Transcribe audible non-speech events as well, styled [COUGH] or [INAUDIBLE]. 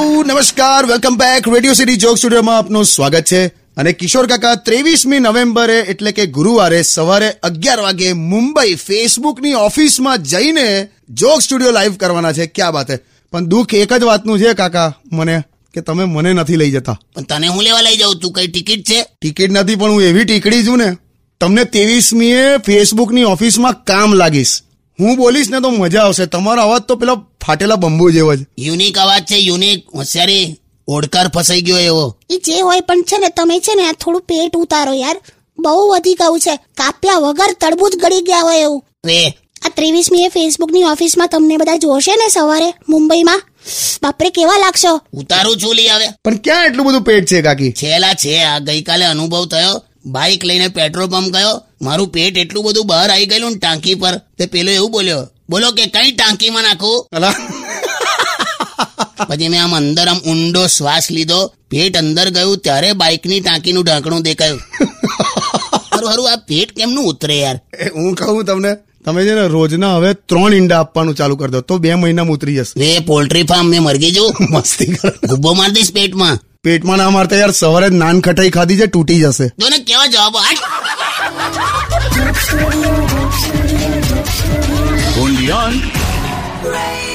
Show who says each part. Speaker 1: નમસ્કાર welcome back Radio City joke સ્ટુડિયોમાં આપનું સ્વાગત છે અને કિશોર કાકા ત્રેવીસમી નવેમ્બરે એટલે કે ગુરુવારે સવારે અગિયાર વાગે મુંબઈ ફેસબુકની ઓફિસમાં જઈને જોક સ્ટુડિયો લાઈવ કરવાના છે ક્યાં વાત હે પણ દુઃખ એક જ વાતનું છે કાકા મને કે તમે મને નથી લઈ જતા
Speaker 2: પણ તને હું લેવા લઈ જાઉં તું કઈ ટિકિટ છે
Speaker 1: ટિકિટ નથી પણ હું એવી ટીકડી છું ને તમને ત્રેવીસમીએ ફેસબુકની ઓફિસમાં કામ લાગીશ હું બોલીશ ને તો મજા આવશે તમારો અવાજ તો પેલા ફાટેલા બંબુ જેવો જ
Speaker 2: યુનિક અવાજ છે યુનિક હોશિયારી ઓડકાર ફસાઈ ગયો એવો
Speaker 3: એ જે હોય પણ છે ને તમે છે ને આ થોડું પેટ ઉતારો યાર બહુ વધી ગયું છે કાપ્યા વગર તડબૂચ ગળી ગયા હોય એવું
Speaker 2: રે
Speaker 3: આ ત્રેવીસમી એ ફેસબુકની ઓફિસમાં તમને બધા જોશે ને સવારે મુંબઈમાં બાપરે કેવા લાગશો
Speaker 2: ઉતારું છું લી આવે
Speaker 1: પણ ક્યાં એટલું બધું પેટ છે કાકી
Speaker 2: છેલા છે આ ગઈકાલે અનુભવ થયો બાઇક લઈને પેટ્રોલ પંપ ગયો મારું પેટ એટલું બધું બહાર આવી ગયેલું ને ટાંકી પર તે પેલો એવું બોલ્યો બોલો કે કઈ ટાંકીમાં નાખું
Speaker 1: અલા
Speaker 2: પછી મેં આમ અંદર આમ ઊંડો શ્વાસ લીધો પેટ અંદર ગયું ત્યારે બાઇકની ટાંકીનું ઢાંકણું દેખાયું [LAUGHS] હરું હરું આ પેટ કેમનું ઉતરે યાર
Speaker 1: એ હું કહું તમને તમે છે ને રોજના હવે ત્રણ ઈંડા આપવાનું ચાલુ કરી દો તો બે મહિનામાં ઉતરી જશે
Speaker 2: રે પોલ્ટ્રી ફાર્મ મેં મરગી જવું
Speaker 1: [LAUGHS] મસ્તી કરો
Speaker 2: ગુબ્બો માર દઈશ પેટમાં
Speaker 1: પેટમાં ના મારતા યાર સવારે જ નાન ખટાઈ ખાધી છે તૂટી જશે
Speaker 2: જોને કેવા જવાબો આટ
Speaker 4: only on Radio